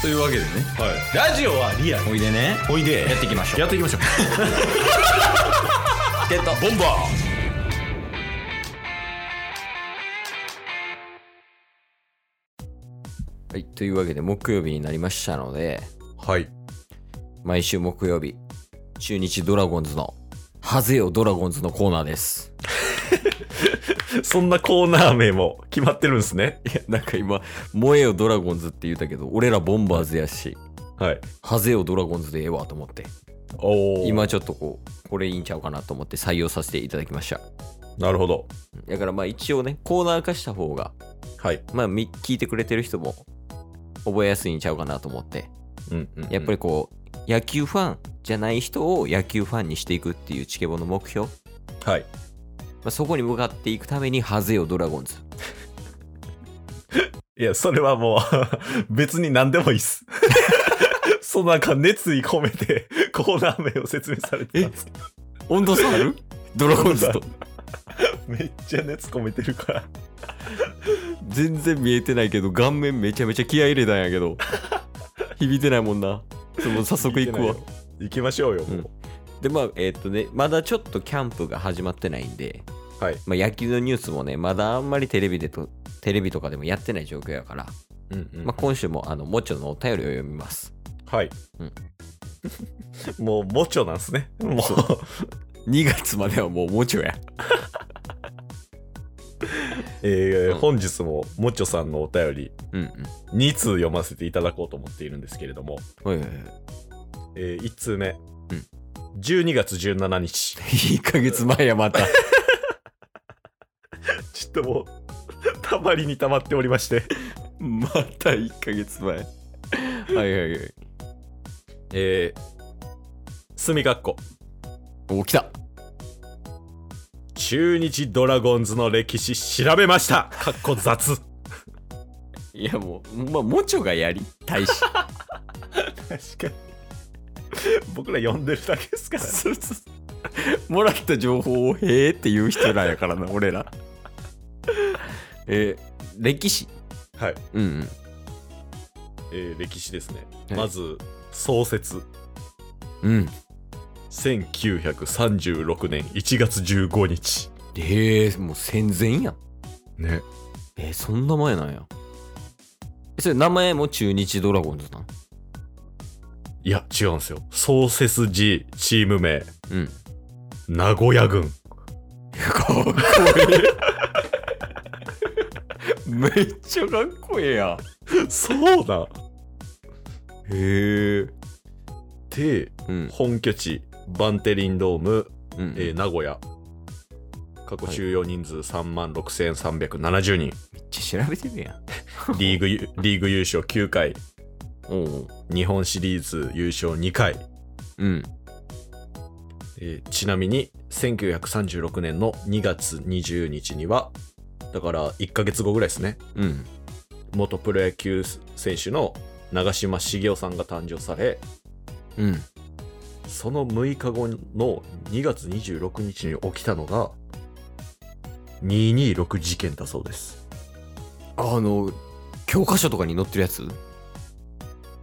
というわけでねはい、ラジオはリアルおいでねおいでやっていきましょうやっていきましょうゲットボンバはい、というわけで木曜日になりましたので、ーはい毎週木曜日、中日ドラゴンズの、ハゼよドラゴンズのコーナーです。そんなコーナー名も決まってるんですねいや、なんか今、燃えよドラゴンズって言ったけど、俺らボンバーズやし、 はいハゼよドラゴンズでええわと思って、おお今ちょっとこう、これいいんちゃうかなと思って採用させていただきました。なるほどだからまあ一応ね、コーナー化した方が、はいまあみ聞いてくれてる人も覚えやすいんちゃうかなと思って、うんうん、やっぱりこう、野球ファンじゃない人を野球ファンにしていくっていうチケボの目標りはいまあ、そこに向かっていくためにハゼよドラゴンズ。いやそれはもう 別に何でもいいっす そのなんか熱意込めてコーナー名を説明されてます温度差ある ドラゴンズと。めっちゃ熱込めてるから全然見えてないけど、顔面めちゃめちゃ気合い入れたんやけど。響いてないもんな。その早速行くわい。けないよ行きましょうよ、もううんで、まあ、えーっとね、まだちょっとキャンプが始まってないんで、はいまあ、野球のニュースもね、まだあんまりテレビでと、テレビとかでもやってない状況やから、うんうんまあ、今週も、あの、もちょのお便りを読みます。はい、うん もうもちょなんすねもう2月まではもうもちょや。 えーうん本日ももちょさんのお便りうんうん。 2通読ませていただこうと思っているんですけれども、おいおいおいえ1通目、うん12月17日1ヶ月前やまた。ちょっともう たまりにたまっておりまして、 また1ヶ月前。はいはいはい。えー、すみかっこお、来た中日ドラゴンズの歴史調べましたかっこ雑いやもう、まあ、もちょがやりた いし。確かに僕ら読んでるだけですからもらった情報をへえって言う人らやからな、俺ら。えー歴史。はい、うんうん。えー歴史ですね、はいまず創設うん。 1936年1月15日へえ、もう戦前やん。ねえーそんな前なんや。それ名前も中日ドラゴンズなんいや違うんですよ創設時チーム名うん。名古屋軍かっこい い。めっちゃかっこええやそうだん。へえ。でうん。本拠地バンテリンドーム、うんえー名古屋過去収容人数3万6370人、ちゃ調べてるやん。リーグゆリーグ優勝9回おう日本シリーズ優勝2回、うん。えーちなみに1936年の2月20日にはだから1ヶ月後ぐらいですねうん。元プロ野球選手の長嶋茂雄さんが誕生されうん。その6日後の2月26日に起きたのが226事件だそうですあの、教科書とかに載ってるやつ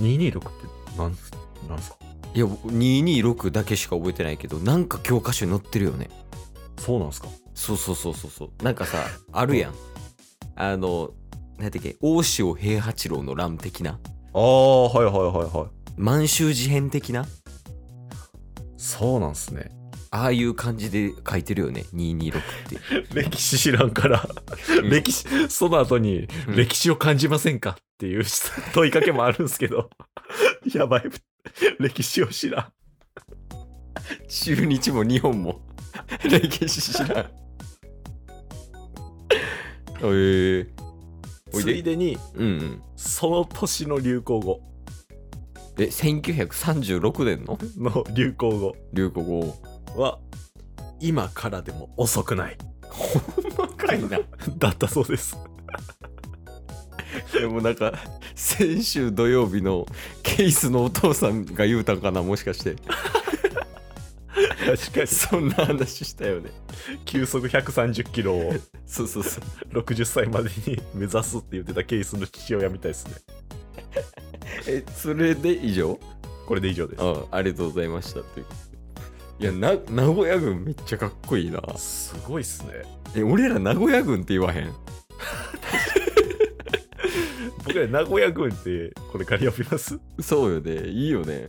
226って何すなんすかいや、僕226だけしか覚えてないけど、なんか教科書に載ってるよね。そうなんすかそうそうそうそうそう。なんかさ、あるやん。あの、なんてっけ、大塩平八郎の乱的な、ああはいはいはいはい満州事変的な、そうなんすねああいう感じで書いてるよね、226って。歴史知らんから、うん歴史その後にうん歴史を感じませんかっていう問いかけもあるんすけど やばい歴史を知らん 中日も日本も歴史知らん。えー、おいつでいでにうんうん。その年の流行語え、1936年のの流行語流行語は今からでも遅く ない細かいなだったそうですでもなんか先週土曜日のケースのお父さんが言うたんかなもしか して確かにそんな話したよね 球速130キロをそうそうそう60歳までに目指すって言ってたケースの父親みたいですねえそれで以上これで以上であありがとうございましたっていういやな名古屋軍めっちゃかっこいいなす。すごいっすね。え俺ら名古屋軍って言わへん僕ら名古屋軍ってこれから呼びますそうよねいいよね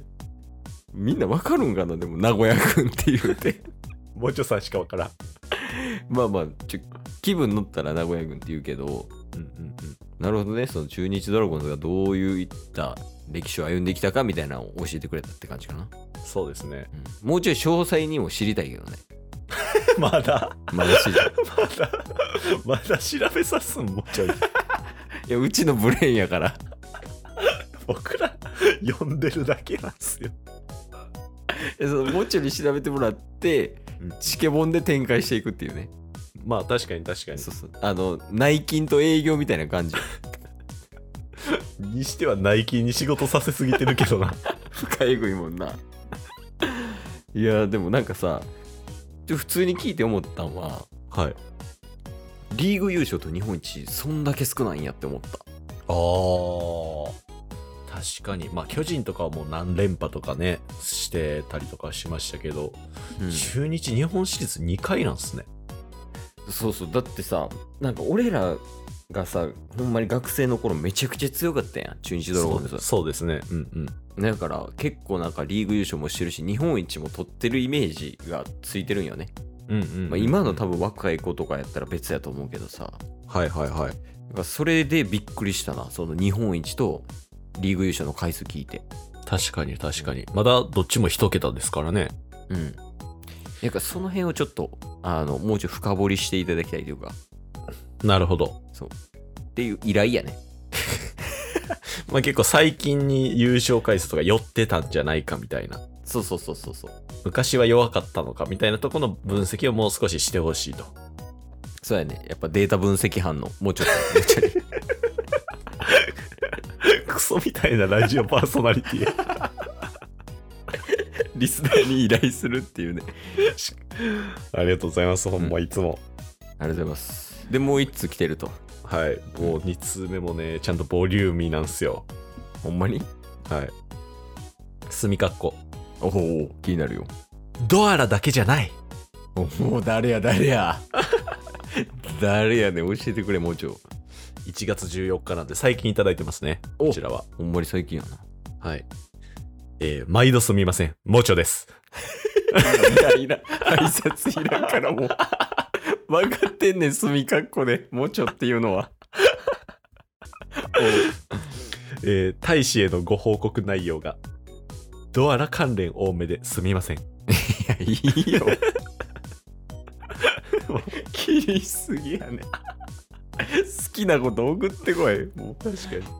みんなわかるんかなでも名古屋軍って言うて もうちょさんしかわからん。まあまあちょ気分乗ったら名古屋軍って言うけどうんうんうん。なるほどねその中日ドラゴンズがどういういった歴史を歩んできたかみたいなのを教えてくれたって感じかな、そうですね。うんもうちょい詳細にも知りたいけどね まだ、 まだ知 りたいまだ、まだ調べさすん、もう ちょい。いやうちのブレーンやから僕ら、呼んでるだけなんですよ。 えそのもうちょい調べてもらってうんチケボンで展開していくっていうねまあ確かに確かに。そうそうあの内勤と営業みたいな感じにしてはナイキに仕事させすぎてるけどな。 深いぐいもんないやでもなんかさちょ普通に聞いて思ったんははい。リーグ優勝と日本一そんだけ少ないんやって思ったあー確かにまあ巨人とかはもう何連覇とかねしてたりとかしましたけど、中日日本シリーズ2回なんですねそうそうだってさなんか俺らがさほんまに学生の頃めちゃくちゃ強かったやん中日ドラゴンズそうですねうんうんだから結構なんかリーグ優勝もしてるし日本一も取ってるイメージがついてるんよね、うんうん、まあ、今の多分若い子とかやったら別やと思うけどさはいはいはいなんかそれでびっくりしたなその日本一とリーグ優勝の回数聞いて確かに確かにまだどっちも1桁ですからねうんなんかその辺をちょっとあのもうちょい深掘りしていただきたいというかなるほど、っていう依頼やねまあ、結構最近に優勝回数とか寄ってたんじゃないかみたいなそうそうそうそうそう昔は弱かったのかみたいなところの分析をもう少ししてほしいとそうやね。やっぱデータ分析班の、もうちょっと、も うちょいクソみたいなラジオパーソナリティ リスナーに依頼するっていうね。ありがとうございますほんまいつも、ありがとうございます。で、もう一通来てると。はい、もう2通目もね、ちゃんとボリューミーなんすよ。ほんまにはい。墨かっこ。おお、気になるよ。ドアラだけじゃない。おお、誰や、誰や。誰やねん、教えてくれ、もうちょい。 1月14日なんで、最近いただいてますね。おこちらは。ほんまに最近やな。はい。えー毎度すみません。もちょです。いらいら、挨拶いらんからもう。 分かってんねん、墨かっこで。もうちょっていうのは。えー大使へのご報告内容が、ドアラ関連多めですみません。いや、いいよ。気にしすぎやね。好きなこと送ってこい。もう確か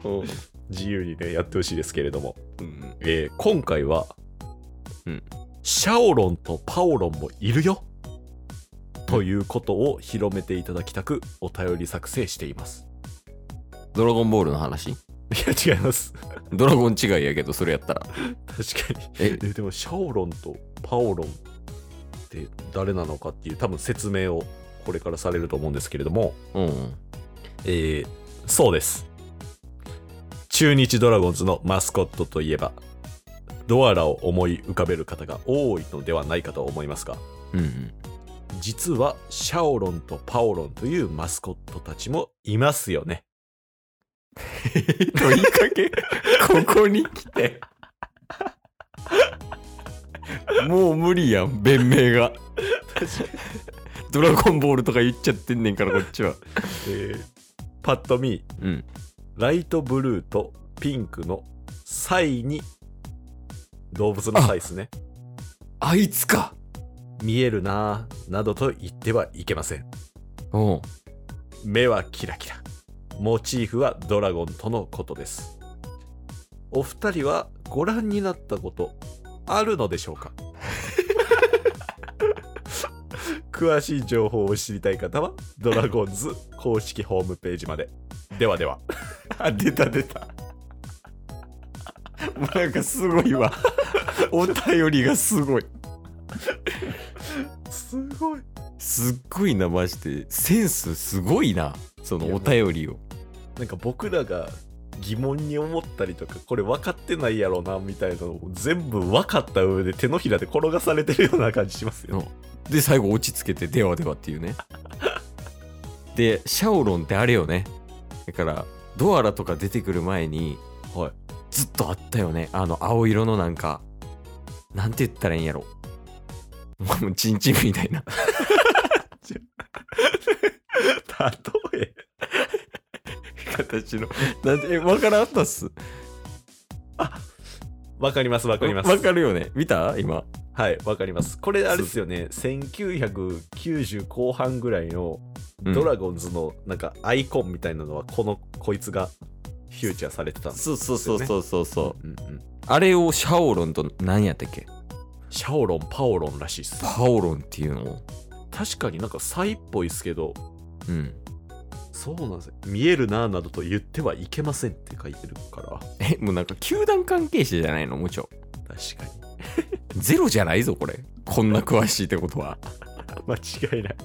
に。自由にね、やってほしいですけれども。うん、えー今回は、うんシャオロンとパオロンもいるよということを広めていただきたくお便り作成しています。 ドラゴンボールの話いや違います。ドラゴン違いやけどそれやったら確かに。えででもシャオロンとパオロンって誰なのかっていう多分説明をこれからされると思うんですけれども、うんうんえーそうです。中日ドラゴンズのマスコットといえばドアラを思い浮かべる方が多いのではないかと思いますがうん実はシャオロンとパオロンというマスコットたちもいますよね。問いかけここに来てもう無理やん弁明がドラゴンボールとか言っちゃってんねんからこっちはえーパッと見うんライトブルーとピンクのサイに動物のサイですねあいつか見えるなぁなどと言ってはいけませんうん目はキラキラモチーフはドラゴンとのことですお二人はご覧になったことあるのでしょうか 詳しい情報を知りたい方はドラゴンズ公式ホームページまでではではあ出た出たなんかすごいわお便りがすごいすごいすっごいなマジでセンスすごいなそのお便りをなんか僕らが疑問に思ったりとかこれ分かってないやろなみたいなのを全部分かった上で手のひらで転がされてるような感じしますよ、で最後落ち着けてではではっていうねでシャオロンってあれよねだからドアラとか出てくる前にはいずっとあったよねあの青色のなんかなんて言ったらいいんやろもうチンチンみたいな例え形のなんてえ分からん あったっす分かります分かりますわかるよね見た今はいわかりますこれあれですよね1990後半ぐらいのうんドラゴンズのなんかアイコンみたいなのはこのこいつがフューチャーされてたんですそうそうそうそうそうそううんうんあれをシャオロンと何やったっけシャオロンパオロンらしいっすパオロンっていうのを確かになんかサイっぽいっすけどうんそうなんですよ見えるなぁなどと言ってはいけませんって書いてるからえもうなんか球団関係者じゃないのもちろん確かにゼロじゃないぞこれこんな詳しいってことは間違いない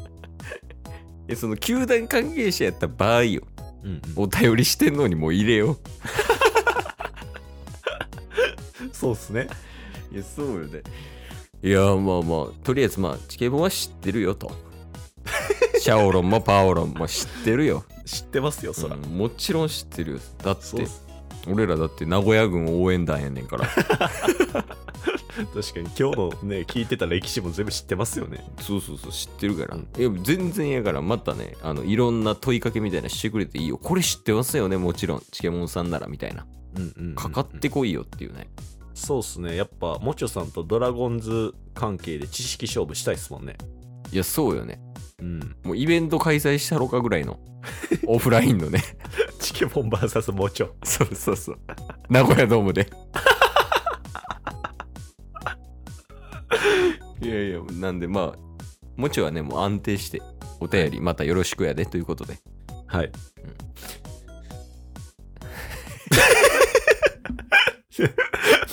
えその球団関係者やった場合ようんうん、お便りしてんのにもう入れよ そうっすねいやそうよねいやまあまあとりあえずまあチケボンは知ってるよ とシャオロンもパオロンも知ってるよ、知ってますよそら、うんもちろん知ってるよだっそうてっす俺らだって名古屋軍応援団やねんから確かに今日のね聞いてた歴史も全部知ってますよねそうそうそう知ってるから、うんいや全然やからまたねあのいろんな問いかけみたいなしてくれていいよこれ知ってますよねもちろんチケモンさんならみたいなうんうんうんうんかかってこいよっていうね、そうっすねやっぱもちょさんとドラゴンズ関係で知識勝負したいっすもんねいやそうよねうんもうイベント開催したろかぐらいの オフラインのねチケモン VS もちょそうそうそう名古屋ドーム でいやいやなんでまあもちろんねもう安定してお便りまたよろしくやでということではい、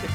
す